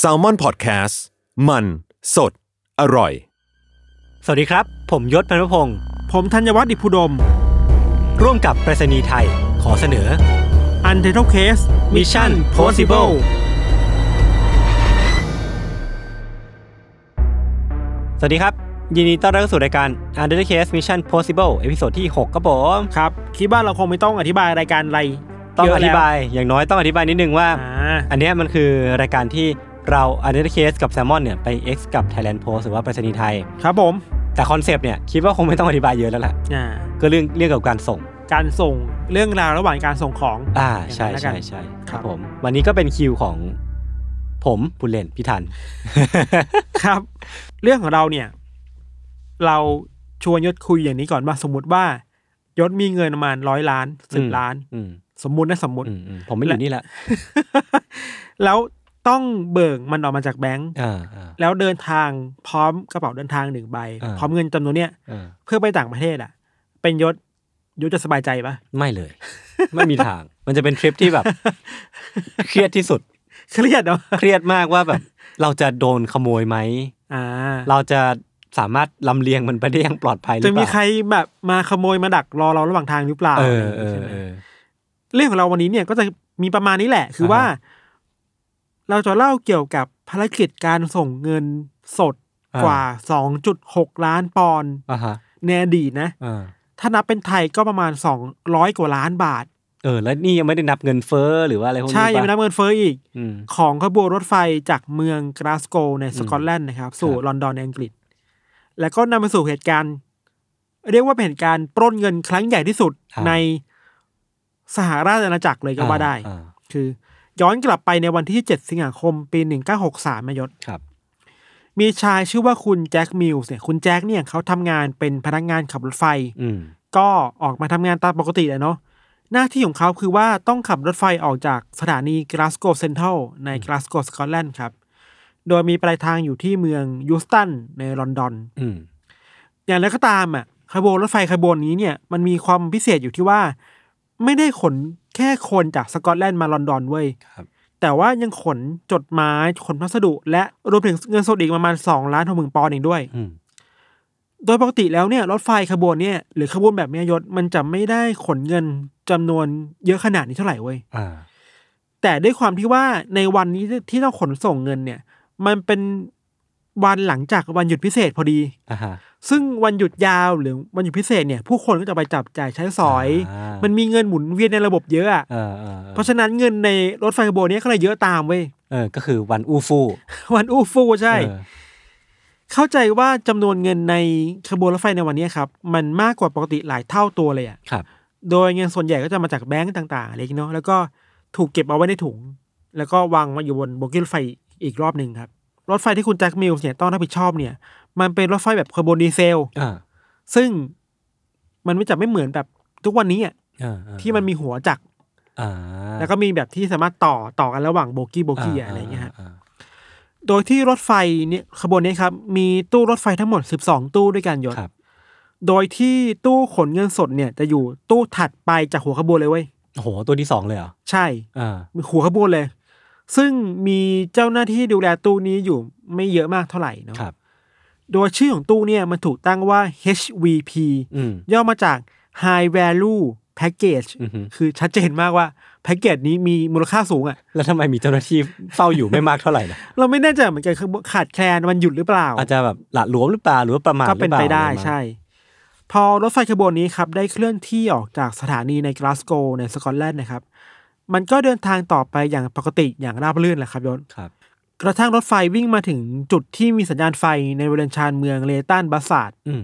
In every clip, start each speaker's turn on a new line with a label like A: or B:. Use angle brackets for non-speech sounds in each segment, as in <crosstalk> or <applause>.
A: s a l ม o n PODCAST มันสดอร่อย
B: สวัสดีครับ ผมยศพันประพงศ์
C: ผมธัญวัฒน์อิพุดม
B: ร่วมกับไปรษณีย์ไทย ขอเสนอ
C: u n t i t l e Case
B: Mission Possible สวัสดีครับ ยินดีต้อนรับเข้าสู่รายการ Under the Case Mission Possible เอพิโซดที่ 6 ครับผม
C: ครับ คิดว่าเราคงไม่ต้องอธิบายรายการอะไร
B: ต้อง
C: เะ
B: อ
C: แล้ว
B: ธิบายอย่างน้อยต้องอธิบายนิดนึงว่า
C: อ่า
B: อันเนี้ยมันคือรายการที่เรา Under the Case กับ Salmon เนี่ยไป X กับ Thailand Post หรือว่าไปรษณีย์ไทย
C: ครับผม
B: แต่คอนเซปต์เนี่ยคิดว่าคงไม่ต้องอธิบายเยอะแล้วแหละ
C: อ่า
B: ก็เรื่องเรื่องเกี่ยวกับการส่ง
C: การส่งเรื่องราวระหว่างการส่งของ <laughs>
B: อ่า
C: อย่าง
B: ใช่
C: นั้นแล้วกั
B: ใช่
C: น
B: ใช่ค
C: ครั
B: รับบ ผม วันนี้ก็เป็นคิวของผมผู้เล่นพี่ทัน
C: ครับ เรื่องของเราเนี่ย เราชวนยศคุยอย่างนี้ก่อนว่าสมมติว่า ยศมีเงินประมาณร้อยล้านสิบ
B: อืม
C: ล้าน
B: อืม
C: สมมุตินะสมมุติ
B: อืมอืมผมไม่อยู่นี่ละ
C: <laughs> แล้วต้องเบิกมันออกมาจากแบงก์
B: อ่าอ่า
C: แล้วเดินทางพร้อมกระเป๋าเดินทางหนึ่งใบ
B: อ่า
C: พร้อมเงินจำนวนเนี้ย
B: อ่า
C: เพื่อไปต่างประเทศอ่ะ เป็นยศยศจะสบายใจปะ
B: ไม่เลย <laughs> ไม่มีทาง มันจะเป็นทริปที่แบบ <laughs> เครียดที่สุด
C: เครียดเนาะ
B: เครียดมากว่าแบบ เราจะโดนขโมยไหม
C: อ่า
B: เราจะสามารถลำเลียงมันไปได้อย่างปลอดภัยหรื
C: จะ
B: อเป
C: มี
B: ล่า
C: ใครแบบมาขโมยมาดักรอเราระหว่างทางหรือเปล่า
B: เออ
C: อะไรอ
B: เออ
C: ย่างงี้ใช่ไหม
B: เออ
C: เรื่องของเราวันนี้เนี่ยก็จะมีประมาณนี้แหละ คือว่า
B: อ่าฮะ
C: เราจะเล่าเกี่ยวกับภารกิจการส่งเงินสด
B: อ่าก
C: กว่า 2.6 ล้านปอนด์
B: อ่าฮะ
C: ในอดีตนะ
B: อ่า
C: ถ้านับเป็นไทยก็ประมาณ 200 กว่าล้านบาท
B: เออ แล้วนี่ยังไม่ได้นับเงินเฟ้อหรือว่าอะไรพวกนี้
C: ใช่ยังไม่นั
B: ปะ
C: บเงินเฟ้ออีก
B: อืม
C: ของขบวนรถไฟจากเมืองกลาสโกในสกอตแลนด์นะครับ สู่
B: ครับ
C: ลอนดอนในอังกฤษ แล้วก็นำไปสู่เหตุการณ์ เรียกว่าเป็นเหตุการณ์ปล้นเงินครั้งใหญ่ที่สุดในสหราชอาณาจักรเลยก็ว่าได้
B: อ่า
C: คือ ย้อนกลับไปในวันที่ 7 สิงหาคม ปี 1963มายศ
B: ครับ
C: มีชายชื่อว่าคุณแจ็คมิลส์เนี่ยคุณแจ็คเนี่ยเขาทำงานเป็นพนักงานขับรถไฟ
B: อืม
C: ก็ออกมาทำงานตามปกติแหละเนาะหน้าที่ของเขาคือว่าต้องขับรถไฟออกจากสถานีกลาสโกเซนทรัลในกลาสโกสกอตแลนด์ครับ โดยมีปลายทางอยู่ที่เมืองยูสตันในลอนดอน
B: อืม
C: อย่างไรก็ตามอ่ะขบวนรถไฟขบวนนี้เนี่ยมันมีความพิเศษอยู่ที่ว่า ไม่ได้ขนแค่คนจากสกอตแลนด์มาลอนดอนเว้ย
B: ครับ
C: แต่ว่ายังขนจดหมายขนพัสดุ และรวมถึงเงินสดอีกประมาณ2ล้านหกหมื่นปอนด์เองด้วย
B: อืม
C: โดยปกติแล้วเนี่ยรถไฟขบวนเนี่ยหรือขบวนแบบเนี้ยยศมันจะไม่ได้ขนเงินจำนวนเยอะขนาดนี้เท่าไหร่เว้ย
B: อ่า
C: แต่ด้วยความที่ว่าในวันนี้ที่ต้องขนส่งเงินเนี่ย มันเป็นวันหลังจากวันหยุดพิเศษพอดี
B: อ่าฮะ
C: ซึ่งวันหยุดยาวหรือวันหยุดพิเศษเนี่ย ผู้คนก็จะไปจับจ่ายใช้สอย
B: อ่ามั
C: มันมีเงินหมุนเวียนในระบบเยอะอะ
B: เออเออ
C: เพราะฉะนั้นเงินในรถไฟขบวนเนี้ก็เลยเยอะตามเว้ย <laughs>
B: เออ ก็คือวันอู้ฟู่
C: วันอู้ฟู่ใช่
B: เออ
C: เข้าใจว่าจำนวนเงินในขบวนรถไฟในวันนี้ครับมันมากกว่าปกติหลายเท่าตัวเลยอะ
B: ครับ
C: โดยเงินส่วนใหญ่ก็จะมาจากแบงก์ต่างๆอะไรอย่างงี้เนาะแล้วก็ถูกเก็บเอาไว้ในถุง แล้วก็วางไว้อยู่บนโบกี้รถไฟอีกรอบหนึ่งครับ รถไฟที่คุณแจ็คมิลส์เนี่ยต้องรับผิดชอบเนี่ย มันเป็นรถไฟแบบขบวนดีเซล
B: อ่า
C: ซึ่งมันไม่จะไม่เหมือนแบบทุกวันนี้อ่ะ
B: อ่าอ่า
C: ที่มันมีหัวจักร
B: อ่า
C: แล้วก็มีแบบที่สามารถต่อต่อกันระหว่างโบกี้โบกี้อะอะไรอย่างเงี้ยครับ
B: อ่า
C: โดยที่รถไฟเนี่ยขบวนนี้ครับมีตู้รถไฟทั้งหมด 12 ตู้ด้วยกันย
B: อ่า
C: ศ
B: ครับ
C: โดยที่ตู้ขนเงินสดเนี่ยจะอยู่ตู้ถัดไปจากหัวขบวนเลยเว้ย
B: โอ้โห ตัวที่สองเลยเหรอ
C: ใช่
B: อ่า
C: หัวขบวนเลย ซึ่งมีเจ้าหน้าที่ดูแลตู้นี้อยู่ไม่เยอะมากเท่าไหร่เนาะ
B: ครับ
C: โดยชื่อของตู้เนี่ยมันถูกตั้งว่า HVP
B: อืม
C: ย่อมาจาก High Value Package
B: อือฮึ
C: คือชัดเจนมากว่า แพ็กเกจนี้มีมูลค่าสูงอะ่ะ
B: แล้วทำไมมีเจ้าหน้าที่เฝ้าอยู่ไม่มากเท่าไหร่นะ <laughs>
C: เราไม่แน่ใจเหมือนกันคือขาดแคลนมันหยุดหรือเปล่า
B: อาจจะแบบหละหลวมหรือเปล่า หรือว่าประมาท
C: ก็เป็น
B: หรือ
C: ไป
B: ล่า
C: ได้
B: อะรมั้ง
C: ใช่ พอรถไฟขบวนนี้ครับ ได้เคลื่อนที่ออกจากสถานีในกลาสโกว์ในสกอตแลนด์นะครับ มันก็เดินทางต่อไปอย่างปกติอย่างราบรื่นแหละครับยศ
B: ครับ
C: กระทั่งรถไฟวิ่งมาถึงจุดที่มีสัญญาณไฟในบริเวณชานเมืองเลตันบาสาด
B: อืม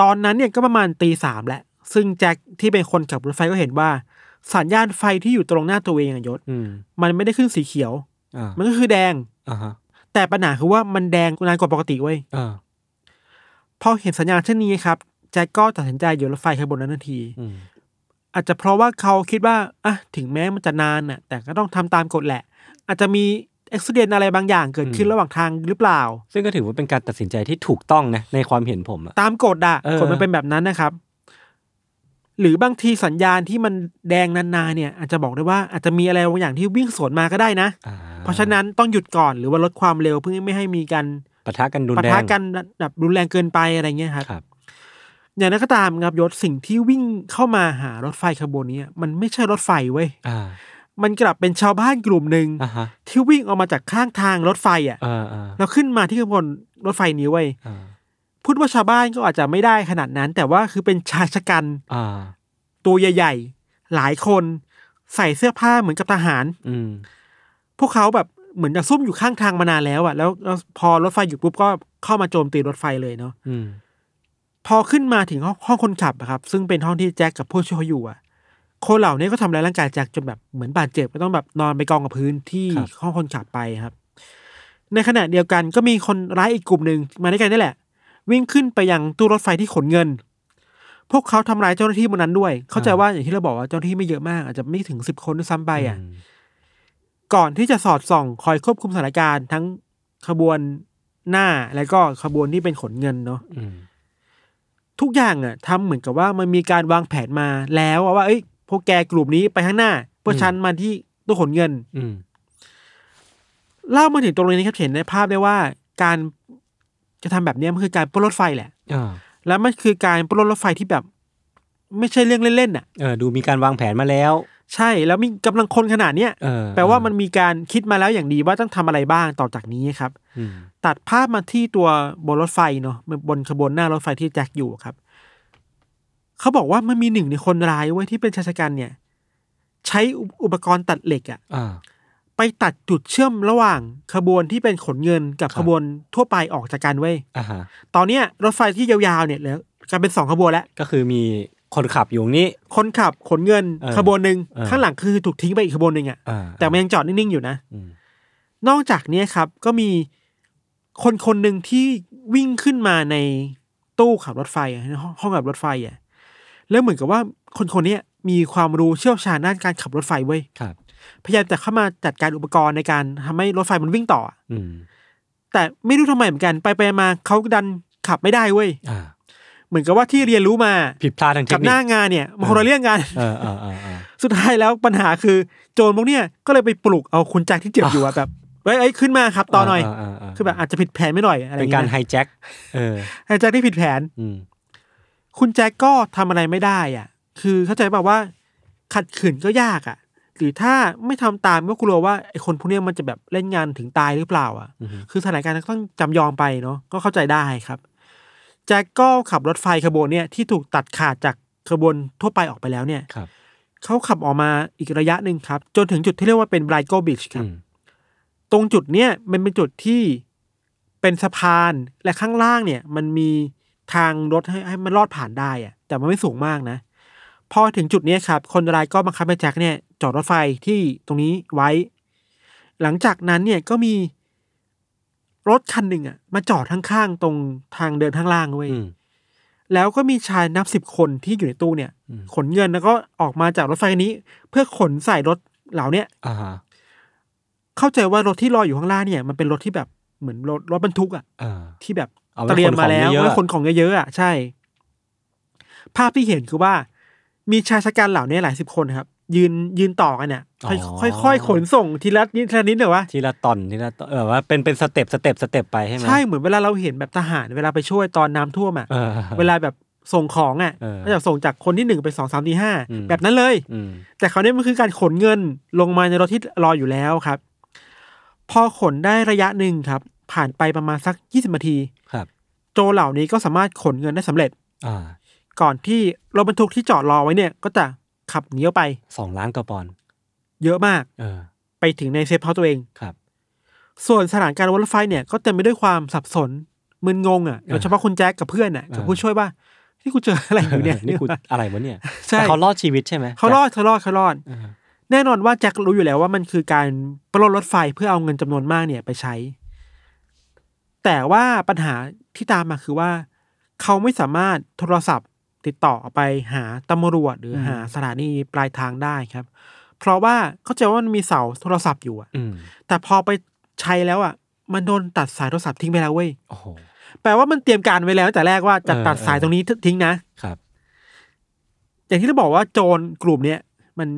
C: ตอนนั้นเนี่ยก็ประมาณตีสามแหละ ซึ่งแจ็คที่เป็นคนขับรถไฟก็เห็นว่า สัญญาณไฟที่อยู่ตรงหน้าตัวเองอะยศ
B: อืม
C: มันไม่ได้ขึ้นสีเขียว
B: อ่า
C: มันก็คือแดง
B: อ่าฮะ
C: แต่ปัญหาคือว่ามันแดงนานกว่าปกติเว้ย
B: อ่า
C: พอเห็นสัญญาณเช่นนี้ครับ แจ็คก็ตัดสินใจอยู่รถไฟขบวนนั้นทันที
B: อืม
C: อาจจะเพราะว่าเขาคิดว่าอ่ะถึงแม้มันจะนานน่ะ แต่ก็ต้องทำตามกฎแหละ อาจจะมีอุบิเหตุอะไรบางอย่างเกิดขึ้นระหว่างทางหรือเปล่า
B: ซึ่งก็ถือว่าเป็นการตัดสินใจที่ถูกต้องนะ ในความเห็นผมอะ
C: ตามกฎอะ
B: เออ
C: กฎมันเป็นแบบนั้นนะครับ หรือบางทีสัญญาณที่มันแดงนานๆเนี่ย อาจจะบอกได้ว่าอาจจะมีอะไรบางอย่างที่วิ่งสวนมาก็ได้นะ
B: อ่
C: เพราะฉะนั้นต้องหยุดก่อนหรือว่าลดความเร็วเพื่อไม่ให้มีการ
B: ปะทะกันรุน
C: ปะ
B: แรง
C: ทะกันแบบรุนแรงเกินไปอะไรเงี้ยครับ
B: ครับ
C: อย่างนั้นก็ตามครับยศสิ่งที่วิ่งเข้ามาหารถไฟขบวนนี้มันไม่ใช่รถไฟเว้ย
B: อ่า
C: มันกลับเป็นชาวบ้านกลุ่มหนึ่ง
B: อ่าฮะ
C: ที่วิ่งออกมาจากข้างทางรถไฟอ่ะ
B: เออเออ
C: แล้วขึ้นมาที่ขบวนรถไฟนี้เว้ย
B: เออ
C: พูดว่าชาวบ้านก็อาจจะไม่ได้ขนาดนั้น แต่ว่าคือเป็นชายชะกัน
B: อ่า
C: ตัวใหญ่ ๆ หลายคน ใส่เสื้อผ้าเหมือนกับทหาร
B: อืม
C: พวกเขาแบบเหมือนจะซุ่มอยู่ข้างทางมานานแล้วอ่ะแล้วแล้วพอรถไฟหยุดปุ๊บก็เข้ามาโจมตีรถไฟเลยเนาะ
B: อืม
C: พอขึ้นมาถึงห้องห้องคนขับอะครับ ซึ่งเป็นห้องที่แจ็คกับผู้ช่วยเขาอยู่อะคนเหล่านี้ก็ทำร้ายร่างกายแจ็คจนแบบเหมือนบาดเจ็บก็ต้องแบบนอนไปกองกับพื้นที่ห้องคนขับไปครับ ในขณะเดียวกันก็มีคนร้ายอีกกลุ่มหนึ่งมาด้วยกันนี่แหละ วิ่งขึ้นไปยังตู้รถไฟที่ขนเงิน พวกเขาทำร้ายเจ้าหน้าที่บนนั้นด้วย เข้าใจว่าอย่างที่เราบอกว่าเจ้าหน้าที่ไม่เยอะมากอาจจะไม่ถึงสิบคนด้วยซ้ำไปอ่ะ
B: ม
C: ก่อนที่จะสอดส่องคอยควบคุมสถานการณ์ทั้งขบวนหน้าและก็ขบวนที่เป็นขนเงินเนาะ
B: อืม
C: ทุกอย่างอ่ะทำเหมือนกับว่ามันมีการวางแผนมาแล้วอะว่าเอ้ยพวกแกกลุ่มนี้ไปข้างหน้าพวกฉันมาที่ตู้ขนเงิน
B: อืม
C: เล่ามาถึงตรงนี้ครับเห็นในภาพได้ว่าการจะทำแบบเนี้ยมันคือการปล้นรถไฟแหละ
B: อ่า
C: แล้วมันคือการปล้นรถไฟที่แบบ ไม่ใช่เรื่องเล่นๆน่ะ
B: เออดูมีการวางแผนมาแล้ว
C: ใช่แล้วมีกำลังคนขนาดเนี้ย
B: เออ
C: แปลว่ามันมีการคิดมาแล้วอย่างดีว่าต้องทำอะไรบ้างต่อจากนี้ครับ
B: อืม
C: ตัดภาพมาที่ตัวบนรถไฟเนาะบนขบวนหน้ารถไฟที่แจ็คอยู่ครับ เขาบอกว่ามันมีหนึ่งในคนร้ายเว้ยที่เป็นชายชะกันเนี่ย ใช้อุอุปกรณ์ตัดเหล็กอะ
B: อ่า
C: ไปตัดจุดเชื่อมระหว่างขบวนที่เป็นขนเงินกับ
B: ครับ
C: ขบวนทั่วไปออกจากกันเว้ย
B: อ่าฮะ
C: ตอนเนี้ยรถไฟที่ยาวๆเนี่ยเหลือกลายเป็นสองขบวนแล้ว
B: ก็คือมีคนขับอยู่ตรงนี้
C: คนขับขนเงิน
B: เออ
C: ขบวนหนึ่ง
B: เออ
C: ข้างหลังคือถูกทิ้งไปอีกขบวนหนึ่งอะ
B: อ่า
C: แต่มันยังจอดนิ่งๆอยู่นะ
B: อืม
C: นอกจากเนี้ยครับ ก็มีคนคนหนึ่งที่วิ่งขึ้นมาในตู้ขับรถไฟอะในห้องห้องขับรถไฟอ่ะแล้วเหมือนกับว่าคนคนเนี้ยมีความรู้เชี่ยวชาญด้านการขับรถไฟเว้ย
B: ครับ
C: พยายามจะเข้ามาจัดการอุปกรณ์ในการทำให้รถไฟมันวิ่งต่ออะ
B: อืม
C: แต่ไม่รู้ทำไมเหมือนกันไปไปมาเขาดันขับไม่ได้เว้ย
B: อ่า
C: เหมือนกับว่าที่เรียนรู้มา
B: ผิดพลาดทางเท
C: กั
B: ค
C: บ
B: นิ
C: ห
B: ค
C: น้างานเนี่ยมันคนละเรื่องกัน <laughs>
B: เออเออเออเออ
C: สุดท้ายแล้วปัญหาคือโจรพวกเนี้ยก็เลยไปปลุกเอาคุณแจ็คที่เจ็บอยู่อะแบบเฮ้ยเอ้ยขึ้นมาขับต่อหน่อย
B: าาา
C: คือแบบอาจจะผิดแผนไม่หน่อยอะไรอ
B: เป็กา
C: ย่าน ง
B: ร
C: เงี้ย
B: ไฮแจ็คเออ
C: ไอ้แจ็คที่ผิดแผน
B: อืม
C: คุณแจ็คก็ทำอะไรไม่ได้อ่ะ คือเข้าใจแบบว่า ขัดขืนก็ยากอ่ะ หรือถ้าไม่ทำตามก็กลัวว่าไอ้คนพวกเนี้ยมันจะแบบเล่นงานถึงตายหรือเปล่าอ่ะ
B: อือฮึ
C: คือสถานการณ์ก็ต้องจำยอมไปเนาะ ก็เข้าใจได้ครับ แจ็คก็ขับรถไฟขบวนเนี่ยที่ถูกตัดขาดจากขบวนทั่วไปออกไปแล้วเนี่ย
B: ครับ
C: เขาขับออกมาอีกระยะหนึ่งครับ จนถึงจุดที่เรียกว่าเป็นไบรโกบิชครั
B: อื
C: บ
B: ม
C: ตรงจุดเนี้ยมันเป็นจุดที่เป็นสะพานและข้างล่างเนี่ย มันมีทางรถให้ให้มันลอดผ่านได้อะแต่มันไม่สูงมากนะ พอถึงจุดเนี้ยครับ คนร้ายก็บังคับให้แจ็คเนี่ย จอดรถไฟที่ตรงนี้ไว้ หลังจากนั้นเนี่ยก็มีรถคันหนึ่งอ่ะ มาจอดข้างๆตรงทางเดินข้างล่างเว้ย
B: อืม
C: แล้วก็มีชายนับสิบคนที่อยู่ในตู้เนี่ย
B: อืม
C: ขนเงินแล้วก็ออกมาจากรถไฟคันนี้ เพื่อขนใส่รถเหล่าเนี้ย
B: อ่าฮะ
C: เข้าใจว่ารถที่ลอยอยู่ข้างล่างเนี่ยมันเป็นรถที่แบบเหมือนรถรถบรรทุกอะ
B: เออ
C: ที่แบบ
B: เอาไว้
C: เตรียมมาแล้ว
B: ขนของเยอะๆ
C: ไว้ขนของเยอะๆอะใช่ ภาพที่เห็นคือว่า มีชายชะกันเหล่านี้หลายสิบคนครับ ยืนยืนต่อกันเนี่ยค่อยๆค่อยๆขนส่งทีละนิดทีละนิดเหรอวะ
B: ทีละตอนทีละตอนเออว่าเป็นเป็นสเต็ปสเต็ปสเต็ปไปใช่ไหม
C: ใช่เหมือนเวลาเราเห็นแบบทหารเวลาไปช่วยตอนน้ำท่วมอะ
B: เออ
C: เวลาแบบส่งของอะ
B: เออ
C: ก็จะส่งจากคนที่หนึ่งไปสองสามสี่ห้า
B: อืม
C: แบบนั้นเลย
B: อืม
C: แต่คราวนี้มันคือการขนเงินลงมาในรถที่รออยู่แล้วครับ พอขนได้ระยะหนึ่งครับ ผ่านไปประมาณสักยี่สิบนาที
B: ครับ
C: โจรเหล่านี้ก็สามารถขนเงินได้สำเร็จ
B: อ่า
C: ก่อนที่รถบรรทุกที่จอดรอไว้เนี่ย ก็จะขับหนีออกไป
B: สองล้านกระปอนด์
C: เยอะมาก
B: เออ
C: ไปถึงในเซฟเฮาส์ตัวเอง
B: ครับ
C: ส่วนสถานการณ์บนรถไฟเนี่ยก็เต็มไปด้วยความสับสนมึนงงอ่ะโดยเฉพาะคุณแจ็คกับเพื่อนอ่ะกับผู้ช่วยว่าที่กูเจออะไรอยู่เนี่ย
B: นี่กูอะไรวะเนี่ย
C: ใช่
B: แต่เขารอดชีวิตใช่ไหม
C: เขารอดเขารอดเขารอด
B: เออ
C: แน่นอนว่าแจ็ครู้อยู่แล้วว่ามันคือการปล้นรถไฟเพื่อเอาเงินจำนวนมากเนี่ยไปใช้ แต่ว่าปัญหาที่ตามมาคือว่า เขาไม่สามารถโทรศัพท์ติดต่อไปหาตำรวจหรือหาสถานีปลายทางได้ครับ เพราะว่าเข้าใจว่ามันมีเสาโทรศัพท์อยู่อะ
B: อืม
C: แต่พอไปใช้แล้วอะมันโดนตัดสายโทรศัพท์ทิ้งไปแล้วเว้ย
B: โอ้โห
C: แปลว่ามันเตรียมการไว้แล้วตั้งแต่แรกว่าจะ
B: เออ
C: ตัดสาย
B: เออ
C: ตรงนี้ทิ้งนะ
B: ครับ
C: อย่างที่เราบอกว่าโจรกลุ่มเนี้ยมัน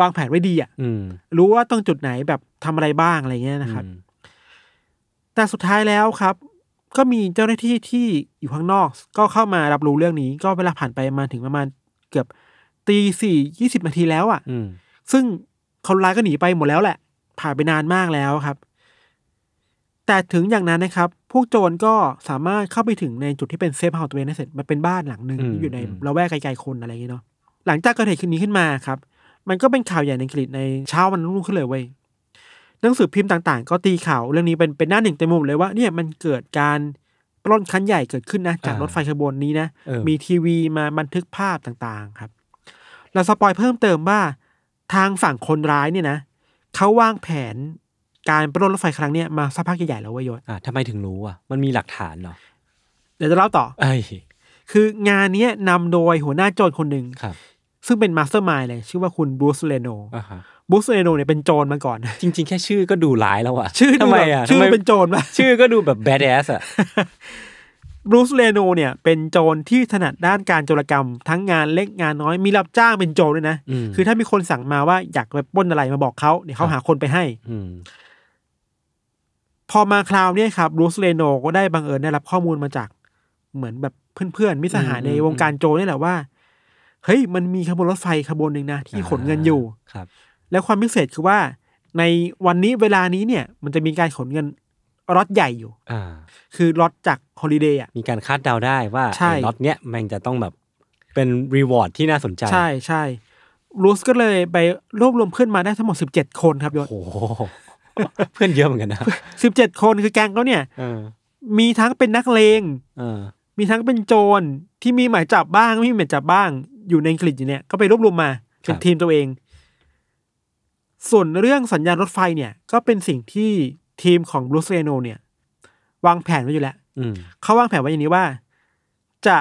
C: วางแผนไว้ดีอะ
B: อืม
C: รู้ว่าต้องจุดไหนแบบทำอะไรบ้างอะไรเงี้ยนะครับ
B: อืม
C: แต่สุดท้ายแล้วครับ ก็มีเจ้าหน้าที่ที่อยู่ข้างนอก ก็เข้ามารับรู้เรื่องนี้ ก็เวลาผ่านไปมาถึงประมาณเกือบตีสี่ยี่สิบนาทีแล้วอะ่ะ
B: อืม
C: ซึ่งคนร้ายก็หนีไปหมดแล้วแหละ ผ่านไปนานมากแล้วครับ แต่ถึงอย่างนั้นนะครับ พวกโจรก็สามารถเข้าไปถึงในจุดที่เป็นเซฟเฮาส์ตัวเองได้เสร็จมันเป็นบ้านหลังหนึ่งที่อยู่ในละแวกไกลๆคนอะไรอย่างเงี้ยเนาะหลังจากเกิดเหตุคืนนี้ขึ้นมาครับ มันก็เป็นข่าวใหญ่ในอังกฤษในเช้าวันรุ่งขึ้นเลยเว้ย หนังสือพิมพ์ต่างๆ ก็ตีข่าวเรื่องนี้เป็นเป็นหน้าหนึ่งเต็มหมดเลยว่าเนี่ยมันเกิดการปล้นครั้งใหญ่เกิดขึ้นนะจากรถไฟขบวนนี้นะ
B: เออ
C: มีทีวีมาบันทึกภาพต่างๆครับ เราสปอยเพิ่มเติมว่าทางฝั่งคนร้ายเนี่ยนะเขาวางแผนการปล้นรถไฟครั้งเนี้ยมาสักพักใหญ่ๆแล้วเว้ยยศ
B: อ่ะทำไมถึงรู้อ่ะ มันมีหลักฐานเหรอ
C: เดี๋ยวจะเล่าต่อ
B: ไอ้ย
C: คืองานเนี้ยนำโดยหัวหน้าโจรคนหนึ่ง
B: ครับ
C: ซึ่งเป็นมาสเตอร์มายเลยชื่อว่าคุณบูสเลโน
B: อ่าฮะ
C: บูสเลโนเนี่ยเป็นโจรมาก่อน
B: จริง ๆ แค่ชื่อก็ดูร้ายแล้วอ่ะ
C: ชื่อดู
B: ทำไม
C: แบบ
B: อ่ะ
C: ชื่อ
B: ทำไม
C: เป็นโจรปะ
B: ชื่อก็ดูแบบแบดแอสอ่ะ
C: บรูซเลโนเนี่ยเป็นโจรที่ถนัดด้านการโจรกรรม ทั้งงานเล็กงานน้อยมีรับจ้างเป็นโจรด้วยนะ
B: อืม
C: คือถ้ามีคนสั่งมาว่าอยากไปปล้นอะไรมาบอกเขาเดี๋ยวเขาหาคนไปให้
B: อืม
C: พอมาคราวเนี้ยครับบรูซเลโนก็ได้บังเอิญได้รับข้อมูลมาจากเหมือนแบบเพื่อนๆมิตรสหายในวงการโจรนี่แหละว่าเฮ้ยมันมีขบวนรถไฟขบวนหนึ่งนะที่ขนเงินอยู่
B: ครับ
C: แล้วความพิเศษคือว่า ในวันนี้เวลานี้เนี่ย มันจะมีการขนเงินรถใหญ่อยู่
B: อ่า
C: คือรถจากฮอลิเดย์อ่ะ
B: มีการคาดเดาได้ว่า
C: ใช่
B: ไอ้ล็อตเนี้ยแม่งจะต้องแบบเป็นรีวอร์ดที่น่าสนใจ
C: ใช่ใช่รูสก็เลยไปรวบรวมเพื่อนมาได้ทั้งหมด 17 คนครับย
B: โอ้
C: ศ
B: โห <laughs> เพื่อนเยอะเหมือนกันนะ
C: 17 คนคือแก๊งเขาเนี่ย
B: เออ
C: มีทั้งเป็นนักเลง
B: เออ
C: มีทั้งเป็นโจรที่มีหมายจับบ้าง ไม่มีหมายจับบ้าง อยู่ในอังกฤษอยู่เนี่ย ก็ไปรวบรวมมาเป็น
B: ครับ
C: ทีมตัวเอง ส่วนเรื่องสัญญาณรถไฟเนี่ย ก็เป็นสิ่งที่ทีมของบรูซเรโนเนี่ย วางแผนไว้อยู่แล้ว
B: อืม
C: เขาวางแผนไว้อย่างนี้ว่า จะ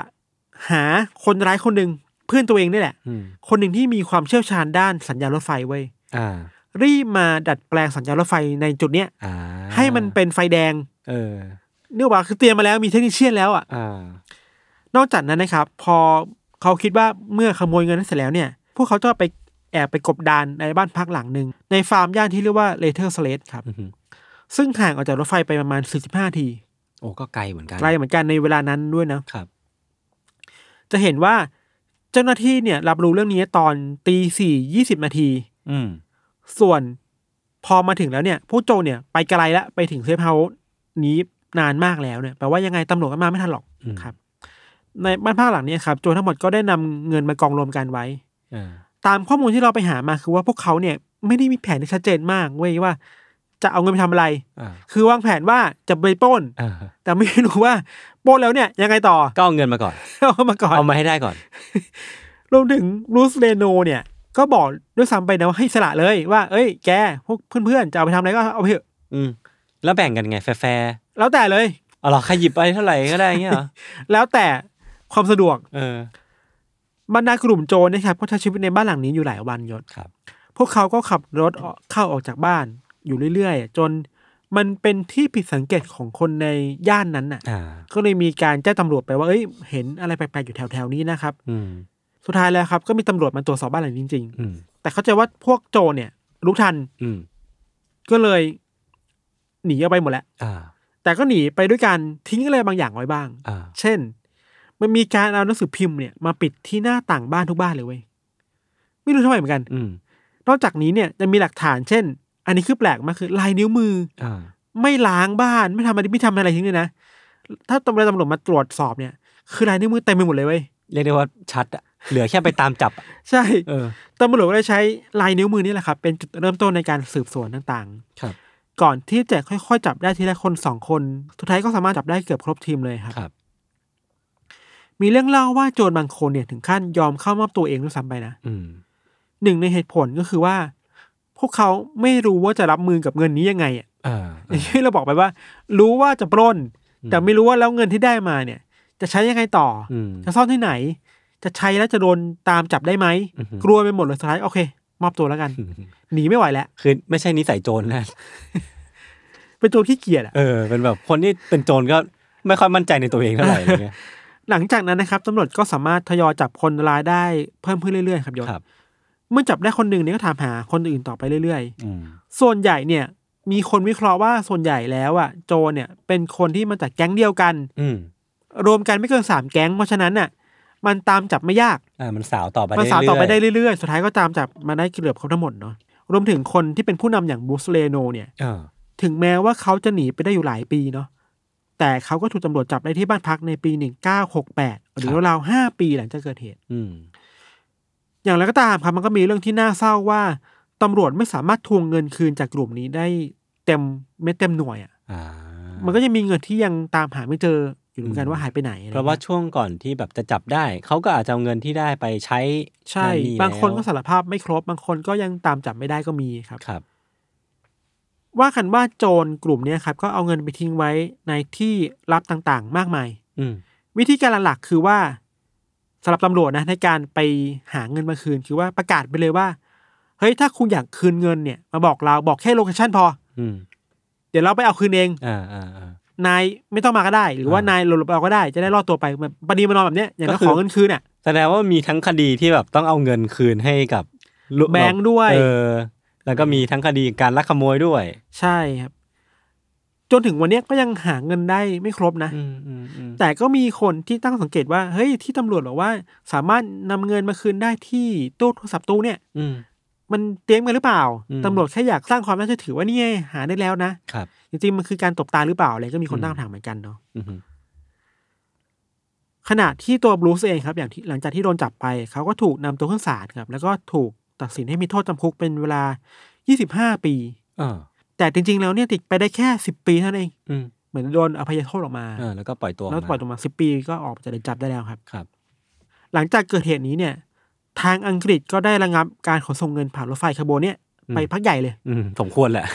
C: หาคนร้ายคนหนึ่งเพื่อนตัวเองนี่แหละ
B: อืม
C: คนหนึ่งที่มีความเชี่ยวชาญด้านสัญญาณรถไฟเว้ย
B: อ่า
C: รีบมาดัดแปลงสัญญาณรถไฟในจุดเนี้ย
B: อ่า
C: ให้มันเป็นไฟแดง
B: เออ
C: เนื่องว่าคือเตรียมมาแล้วมีเทคนิคเชียนแล้วอ่ะ
B: อ่า
C: นอกจากนั้นนะครับ พอเขาคิดว่าเมื่อขโมยเงินนั้นเสร็จแล้วเนี่ย พวกเขาจะไปแอบไปกบดานในบ้านพักหลังหนึ่งในฟาร์มย่านที่เรียกว่าเลเทอร์สเลดครับ
B: อือหือ
C: ซึ่งห่างออกจากรถไฟไปประมาณ 45นาที
B: โอ้ก็ไกลเหมือนกัน
C: ไกลเหมือนกันในเวลานั้นด้วยนะ
B: ครับ
C: จะเห็นว่าเจ้าหน้าที่เนี่ยรับรู้เรื่องนี้ตอนตีสี่ยี่สิบนาที
B: อืม
C: ส่วนพอมาถึงแล้วเนี่ยผู้โจรเนี่ยไปไกลแล้วไปถึงเซฟเฮาส์นี้นานมากแล้วเนี่ยแปลว่ายังไงตำรวจก็มาไม่ทันหรอก
B: อืม
C: ครับ ในบ้านพักหลังเนี้ครับโจรทั้งหมดก็ได้นำเงินมากองรวมกันไว้
B: เออ
C: ตามข้อมูลที่เราไปหามาคือว่าพวกเขาเนี่ยไม่ได้มีแผนที่ชัดเจนมากเว้ยว่า จะเอาเงินไปทำอะไร
B: อ่า
C: คือวางแผนว่าจะไปปล้น
B: อ่า
C: แต่ไม่รู้ว่าปล้นแล้วเนี่ยยังไงต่อ <laughs>
B: ก็เอาเงินมาก่อน
C: เอามาก่อน
B: เอามาให้ได้ก่อน
C: รวมถึงรูสเรโนเนี่ย ก็บอกด้วยซ้ำไปนะว่าให้อิสละเลยว่าเอ้ยแกพวกเพื่อนๆจะเอาไปทำอะไรก็เอาไปเถอะ
B: อืมแล้วแบ่งกันไงแฟร์
C: แล้วแต่เลย
B: ๆเอาเหรอใครหยิบไปเท่าไหร่ก็ได้เงี้ยเหรอ
C: แล้วแต่ความสะดวก
B: เออบ
C: รรดากลุ่มโจรนะครับก็ใช้ชีวิตในบ้านหลังนี้อยู่หลายวันยศ
B: ครับ
C: พวกเขาก็ขับรถออกเข้าออกจากบ้าน อยู่เรื่อยๆ จนมันเป็นที่ผิดสังเกตของคนในย่านนั้นน่ะ
B: อ่า
C: ก็เลยมีการแจ้งตำรวจไปว่าเอ้ยเห็นอะไรแปลกๆอยู่แถวๆนี้นะครับ
B: อืม
C: สุดท้ายแล้วครับก็มีตำรวจมาตรวจสอบบ้านหลังนี้จริง
B: อืม
C: ๆ แต่เข้าใจว่าพวกโจรเนี่ยรู้ทัน
B: อืม
C: ก็เลยหนีออกไปหมดแล้ว
B: อ่า
C: แต่ก็หนีไปด้วยการทิ้งอะไรบางอย่างไว้บ้าง
B: อ่า
C: เช่น มันมีการเอาหนังสือพิมพ์เนี่ยมาปิดที่หน้าต่างบ้านทุกบ้านเลยเว้ย ไม่รู้ทำไมเหมือนกัน
B: อืม
C: นอกจากนี้เนี่ยจะมีหลักฐานเช่น อันนี้คือแปลกมากคือลายนิ้วมือ
B: อ่า
C: ไม่ล้างบ้านไม่ทำอะไรไม่ทำอะไรทิ้งเลยนะ ถ้าตำรวจตำรวจมาตรวจสอบเนี่ย คือลายนิ้วมือเต็มไปหมดเลยเว้ย
B: เรียกได้ว่าชัดอะเหลือแค่ไปตามจับอะ
C: ใช่
B: เออ
C: ตำรวจก็เลยใช้ลายนิ้วมือนี่แหละครับเป็นจุดเริ่มต้นในการสืบสวนต่าง
B: ครับ
C: ๆ ก่อนที่จะค่อยๆ จับได้ทีละคนสองคน สุดท้ายก็สามารถจับได้เกือบครบทีมเลยครับ
B: ครับ
C: มีเรื่องเล่าว่าโจรบางคนเนี่ยถึงขั้นยอมเข้ามอบตัวเองด้วยซ้ำไปนะ
B: อืม
C: หนึ่งในเหตุผลก็คือว่า พวกเขาไม่รู้ว่าจะรับมือกับเงินนี้ยังไงอะ
B: อ่า
C: อ
B: อ่า
C: ย่างที่เราบอกไปว่า รู้ว่าจะปล้น แต่ไม่รู้ว่าแล้วเงินที่ได้มาเนี่ย จะใช้ยังไงต่ออ
B: อืม
C: จะซ่อนที่ไหน จะใช้แล้วจะโดนตามจับได้ไหม
B: อือหือ
C: กลัวไปหมดเลยสุดท้ายโอเค มอบตัวแล้วกัน หนีไม่ไหวแล้ว
B: <laughs> คือไม่ใช่นิสัยโจรนะ
C: เป็นโจรขี้เกียจอะ
B: เออ เป็นแบบคนที่เป็นโจรก็ไม่ค่อยมั่นใจในตัวเองเท่าไหร่อะไรเงี้ย
C: หลังจากนั้นนะครับตำรวจก็สามารถทยอยจับคนร้ายได้เพิ่มขึ้นเรื่อยๆ <laughs> ครับยศ
B: ครับ
C: เมื่อจับได้คนหนึ่งเนี่ยก็ถามหาคนอื่นต่อไปเรื่อย
B: อืม
C: ๆ ส่วนใหญ่เนี่ย มีคนวิเคราะห์ว่าส่วนใหญ่แล้วอ่ะโจรเนี่ยเป็นคนที่มาจากแก๊งเดียวกัน
B: อืม
C: รวมกันไม่เกินสามแก๊ง เพราะฉะนั้นน่ะ มันตามจับไม่ยาก
B: อ่ามันสาวต่อไป
C: มันสาวต่อไปได้
B: เรื่ย
C: เรื่อยๆ สุดท้ายก็ตามจับมาได้เกือบครบทั้งหมดเนาะ รวมถึงคนที่เป็นผู้นำอย่างบูสเลโนเนี่ย
B: ๆเออ
C: ถึงแม้ว่าเขาจะหนีไปได้อยู่หลายปีเนาะ แต่เขาก็ถูกตำรวจจับได้ที่บ้านพักในปี 1968 หรือราวๆห้าปีหลังจากเกิดเหตุ
B: อืม
C: อย่างไรก็ตามครับมันก็มีเรื่องที่น่าเศร้าว่าตำรวจไม่สามารถทวงเงินคืนจากกลุ่มนี้ได้เต็มเม็ดเต็มหน่วยอะ่ะ
B: อ่า
C: มันก็ยังมีเงินที่ยังตามหาไม่เจออยู่เหมือนกันว่าหายไปไหนอไอย่ง
B: เพ
C: งี้ย
B: ราะว่าช่วงก่อนที่แบบจะจับได้ เขาก็อาจจะเอาเงินที่ได้ไปใช้
C: ใช่
B: นั่นนี่
C: บางคน
B: แล้
C: ก็
B: ว
C: สารภาพไม่ครบ บางคนก็ยังตามจับไม่ได้ก็มีครับ
B: ครับ
C: ว่ากันว่าโจรกลุ่มเนี้ยครับ ก็เอาเงินไปทิ้งไว้ในที่ลับต่างๆ มากมาย
B: อืม
C: วิธีการหลักๆคือว่าสำหรับตำรวจนะในการไปหาเงินมาคืน คือว่าประกาศไปเลยว่า เฮ้ยถ้าคุณอยากคืนเงินเนี่ยมาบอกเราบอกแค่โลเคชั่นพอ
B: อืม
C: เดี๋ยวเราไปเอาคืนเอง
B: อ่าอ่าอ่า
C: นายไม่ต้องมาก็ได้ หรือว่า
B: อ่าน
C: นายหลบเราก็ได้จะได้รอดตัวไปแบบปณีประนอมแบบเนี้ยอย่างนั้น
B: ก็คือ
C: ขอเงินคืนอ่ะ
B: แสดงว่ามีทั้งคดีที่แบบต้องเอาเงินคืนให้กับลูก
C: แบงค์ด้วย
B: เออ แล้วก็มีทั้งคดีการลักขโมยด้วย
C: ใช่ครับ จนถึงวันเนี้ยก็ยังหาเงินได้ไม่ครบนะ
B: อืมอืมอืม
C: แต่ก็มีคนที่ตั้งสังเกตว่า เฮ้ยที่ตำรวจบอกว่า สามารถนำเงินมาคืนได้ที่ตู้โทรศัพท์ตู้เนี่ย
B: อืม
C: มันเตรียมกันหรือเปล่า
B: อืม
C: ตำรวจแค่อยากสร้างความน่าเชื่อถือว่านี่ไงหาได้แล้วนะครับ จริงๆมันคือการตบตาหรือเปล่าอะไรก็มีคน
B: อืม
C: ตั้งคำถามเหมือนกันเนาะ
B: อืม
C: ขณะที่ตัวบลูสเองครับอย่างที่หลังจากที่โดนจับไป เขาก็ถูกนำตัวขึ้นศาลครับแล้วก็ถูกตัดสินให้มีโทษจำคุกเป็นเวลา 25 ปี
B: อ่า
C: แต่จริง ๆ แล้วเนี่ยติดไปได้แค่ 10 ปีเท่านั้นเอง
B: อืม
C: เหมือนโดนอภัยโทษออกมา
B: เออแล้วก็ปล่อยตัว
C: แล้ว
B: มา
C: ปล่อยตัวมาสิบปีก็ออกจากเรือนจำได้แล้วครับ
B: ครับ
C: หลังจากเกิดเหตุนี้เนี่ย ทางอังกฤษก็ได้ระงับการขนส่งเงินผ่านรถไฟขบวนเนี่ย
B: อืม
C: ไปพักใหญ่เลย
B: อืมสมควรแหละ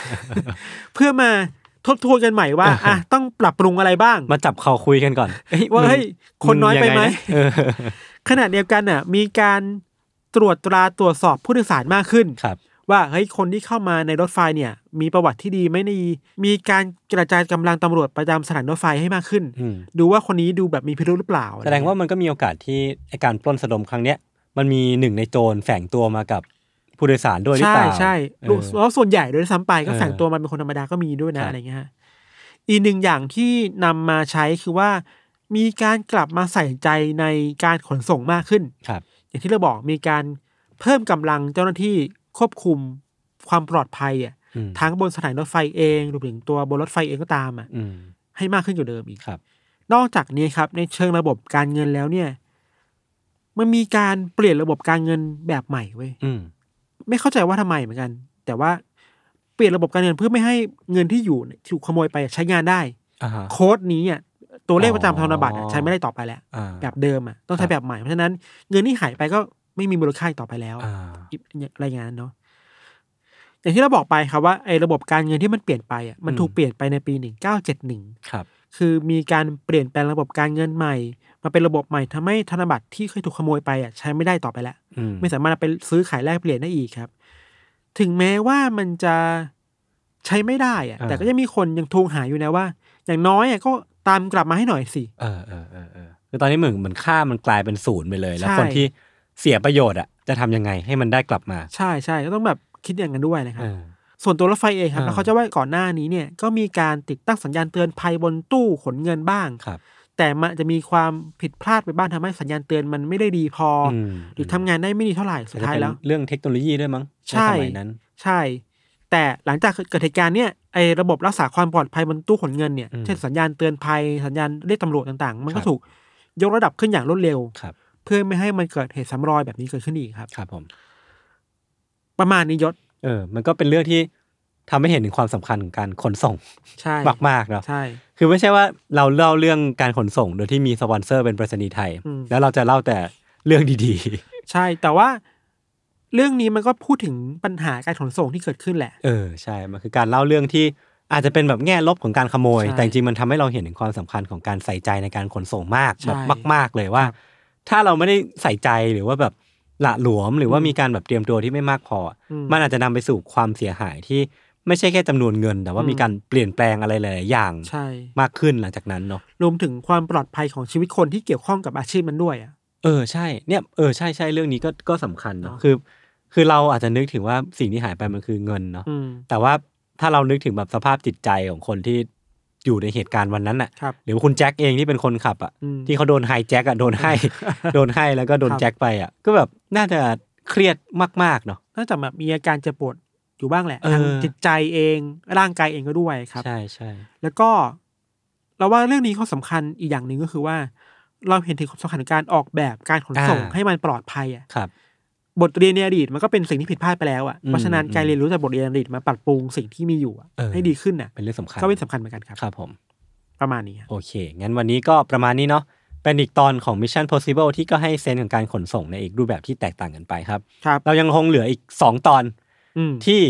B: <laughs>
C: เพื่อมาทบทวนกันใหม่ว่า อ่ะต้องปรับปรุงอะไรบ้าง
B: มาจับเขาคุยกันก่อนอ้
C: ว่าเฮ้ย
B: มึง
C: คนน้อยไปไหม
B: งงนะเออ
C: ขณะเดียวกันน่ะ มีการตรวจตราตรวจสอบผู้โดยสารมากขึ้น
B: ครับ
C: ว่าเฮ้ยคนที่เข้ามาในรถไฟเนี่ย มีประวัติที่ดีไหม่ดีมีการกระจายกำลังตำรวจประจำสถานรถไฟให้มากขึ้น
B: อืม
C: ดูว่าคนนี้ดูแบบมีพิรุธหรือเปล่า
B: แสดงว่ามันก็มีโอกาสที่ไอการปล้นสะดมครั้งเนี้ย มันมีหนึ่งในโจรแฝงตัวมากับผู้โดยสารด้วยหรือ
C: ใช่
B: เปล่า
C: ใช่
B: เออ
C: แล้วส่วนใหญ่โดวยซ้ำไปก็
B: เออ
C: แฝงตัวมาเป็นคนธรรมดาก็มีด้วย
B: ครั
C: นะ
B: บ
C: อะไรเงี้ยฮะอีกหนึ่งอย่างที่นำมาใช้คือว่า มีการกลับมาใส่ใจในการขนส่งมากขึ้น
B: ครับ
C: อย่างที่เราบอกมีการเพิ่มกำลังเจ้าหน้าที่ควบคุมความปลอดภัยอ่ะ
B: อืม
C: ทั้งบนสถานรถไฟเองรวมถึงตัวบนรถไฟเองก็ตามอ่ะ
B: อืม
C: ให้มากขึ้นกว่าเดิมอีก
B: ครับ
C: นอกจากนี้ครับ ในเชิงระบบการเงินแล้วเนี่ย มันมีการเปลี่ยนระบบการเงินแบบใหม่เว้ย
B: อืม
C: ไม่เข้าใจว่าทำไมเหมือนกัน แต่ว่าเปลี่ยนระบบการเงินเพื่อไม่ให้เงินที่อยู่ถูกขโมยไปใช้งานได้
B: อ่าฮะ
C: โค้ดนี้อ่ะตัวเลขประจำธนบัตรอะ
B: อ๋อ
C: ใช้ไม่ได้ต่อไปแล้ว
B: อ่า
C: แบบเดิมอ่ะต้อง
B: ค
C: ใช้
B: รับ
C: แบบใหม่ เพราะฉะนั้นเงินที่หายไปก็ไม่มีมูลค่าอีกต่อไปแล้ว
B: อ่า
C: อะไรอย่างนั้นเนาะอย่างที่เราบอกไปครับว่าไอ้ระบบการเงินที่มันเปลี่ยนไปอ่ะมัน
B: อืม
C: ถูกเปลี่ยนไปในปี 1971
B: ครับ
C: คือมีการเปลี่ยนแปลงระบบการเงินใหม่ มาเป็นระบบใหม่ทำให้ธนบัตรที่เคยถูกขโมยไปอ่ะใช้ไม่ได้ต่อไปแล้ว
B: อืม
C: ไม่สามารถเอาไปซื้อขายแลกเปลี่ยนได้อีกครับ ถึงแม้ว่ามันจะใช้ไม่ได้อะ
B: อ่า
C: แต่ก็ยังมีคนยังทวงหาอยู่นะว่า อย่างน้อยอะก็ตามกลับมาให้หน่อยสิ
B: เออเออเออเออคือตอนนี้เหมือนเหมือนค่ามันกลายเป็นศูนย์ไปเลย แล้ว
C: ใช่
B: คนที่เสียประโยชน์อ่ะจะทำยังไงให้มันได้กลับมา
C: ใช่ใช่ก็ต้องแบบคิดอย่างนั้นด้วยนะครั
B: เอบ อ
C: ส่วนตัวรถไฟเองครับ
B: อ่า
C: แล้วเขาจะว่าก่อนหน้านี้เนี่ยก็มีการติดตั้งสัญญาณเตือนภัยบนตู้ขนเงินบ้าง
B: ครับ
C: แต่มันจะมีความผิดพลาดไปบ้างทำให้สัญญาณเตือนมันไม่ได้ดีพออ
B: ม
C: หรือทำงานได้ไม่ดีเท่าไหร่สุดท้ายแล้ว
B: อาจจะเป็นเรื่องเทคโนโลยีด้วยมั้ง
C: ใช่
B: นสมัยนั้น
C: ใช่ แต่หลังจากเกิดเหตุการณ์เนี่ยไอ้ระบบรักษาความปลอดภัยบนตู้ขนเงินเนี่ย
B: อืม
C: เช่นสัญญาณเตือนภัยสัญญาณเรียกตำรวจต่างๆ มั
B: ค
C: นก็
B: รับ
C: ถูกยกระดับขึ้นอย่างรวดเร็ว
B: ครับ
C: เพื่อไม่ให้มันเกิดเหตุซ้ำรอยแบบนี้เกิดขึ้นอีกครับ
B: ครับผม
C: ประมาณนี้ยศ
B: เออ มันก็เป็นเรื่องที่ทำให้เห็นถึงความสำคัญของการขนส่ง
C: ใช่
B: มากๆเนาะ
C: ใช่
B: คือไม่ใช่ว่าเราเล่าเรื่องการขนส่งโดยที่มีสปอนเซอร์เป็นไปรษณีย์ไทย
C: อืม
B: แล้วเราจะเล่าแต่เรื่องดี
C: ใช่ แต่ว่าเรื่องนี้มันก็พูดถึงปัญหาการขนส่งที่เกิดขึ้นแหละ
B: ๆ <laughs> เออใช่ มันคือการเล่าเรื่องที่อาจจะเป็นแบบแง่ลบของการขโมย
C: ใช่
B: แต่จริงๆมันทำให้เราเห็นถึงความสำคัญของการใส่ใจในการขนส่งมาก
C: ใช่
B: แบบมาก ๆเลยว่า ถ้าเราไม่ได้ใส่ใจหรือว่าแบบละหลวมหรือว่ามีการแบบเตรียมตัวที่ไม่มากพอ
C: อืม
B: มันอาจจะนำไปสู่ความเสียหายที่ ไม่ใช่แค่จำนวนเงิน แต่ว่ามีการเปลี่ยนแปลงอะไรหลายๆอย่าง
C: ใช่
B: มากขึ้นหลังจากนั้นเนาะ
C: รวมถึงความปลอดภัยของชีวิตคนที่เกี่ยวข้องกับอาชีพมันด้วยอ่ะ
B: เออใช่เนี่ยเออใช่ใช่เรื่องนี้ก็ก็สำคัญเนาะ
C: เนอะ
B: คือ คือเราอาจจะนึกถึงว่าสิ่งที่หายไปมันคือเงินเนาะ
C: อืม
B: แต่ว่าถ้าเรานึกถึงแบบสภาพจิตใจของคนที่อยู่ในเหตุการณ์วันนั้นน่ะ
C: ครับ
B: หรือคุณแจ็คเองที่เป็นคนขับอ่ะ
C: อืม
B: ที่เขาโดนไฮแจ็คอะโดน
C: <laughs>
B: ให้ โดนให้แล้วก็โดน
C: ครับ
B: แจ็คไปอะก็แบบน่าจะเครียดมาก ๆ เนาะ
C: น่าจะแบบมีอาการเจ็บปวดอยู่บ้างแหละ
B: เออ
C: ทางจิตใจเองร่างกายเองก็ด้วยครับ
B: ใช่ใช่
C: แล้วก็เราว่าเรื่องนี้เขาสำคัญอีกอย่างหนึ่งก็คือว่า เราเห็นถึงความสำคัญของการออกแบบการขนส่งให้มันปลอดภัยอ่ะ
B: ครับ
C: บทเรียนในอดีตมันก็เป็นสิ่งที่ผิดพลาดไปแล้วอ่ะ
B: อืม
C: เพราะฉะนั้นการเรียนรู้จากบทเรียนอดีตมาปรับปรุงสิ่งที่มีอยู่อะ
B: เออ
C: ให้ดีขึ้นน่ะ
B: เป็นเรื่องสำคัญ
C: ก็เป็นสำคัญเหมือนกันครับ
B: ครับผม
C: ประมาณนี้ครับ
B: โอเค งั้นวันนี้ก็ประมาณนี้เนาะเป็นอีกตอนของ Mission Possible ที่ก็ให้เซนส์ของการขนส่งในอีกรูปแบบที่แตกต่างกันไปครับ
C: ครับ
B: เรายังคงเหลืออีก 2 ตอน
C: อืม
B: ที่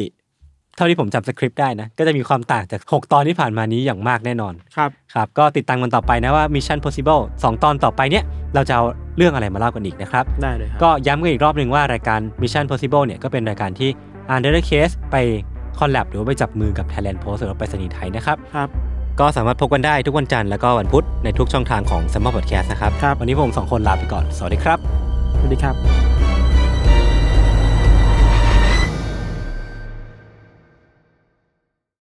B: เท่าที่ผมจำสคริปต์ได้นะ ก็จะมีความต่างจาก 6 ตอนที่ผ่านมานี้อย่างมากแน่นอน
C: ครับ
B: ครับ ก็ติดตามกันต่อไปนะว่า Mission Possible 2 ตอนต่อไปเนี่ยเราจะเอาเรื่องอะไรมาเล่ากันอีกนะครับ
C: ได้เลยครับ
B: ก็ย้ำกันอีกรอบหนึ่งว่ารายการ Mission Possible เนี่ยก็เป็นรายการที่ u n d e r c a s e ไปคอลแลบหรือว่าไปจับมือกับ Thailand Post หรือว่าไปสนีย์ไทยนะครับ
C: ครับ
B: ก็สามารถพบกันได้ทุกวันจันทร์แล้วก็วันพุธในทุกช่องทางของ s ซมมอ Podcast นะครับ
C: ครับ
B: วันนี้ผมสองคนลาไปก่อน สวัสดีครับ
C: สวัสดีครับ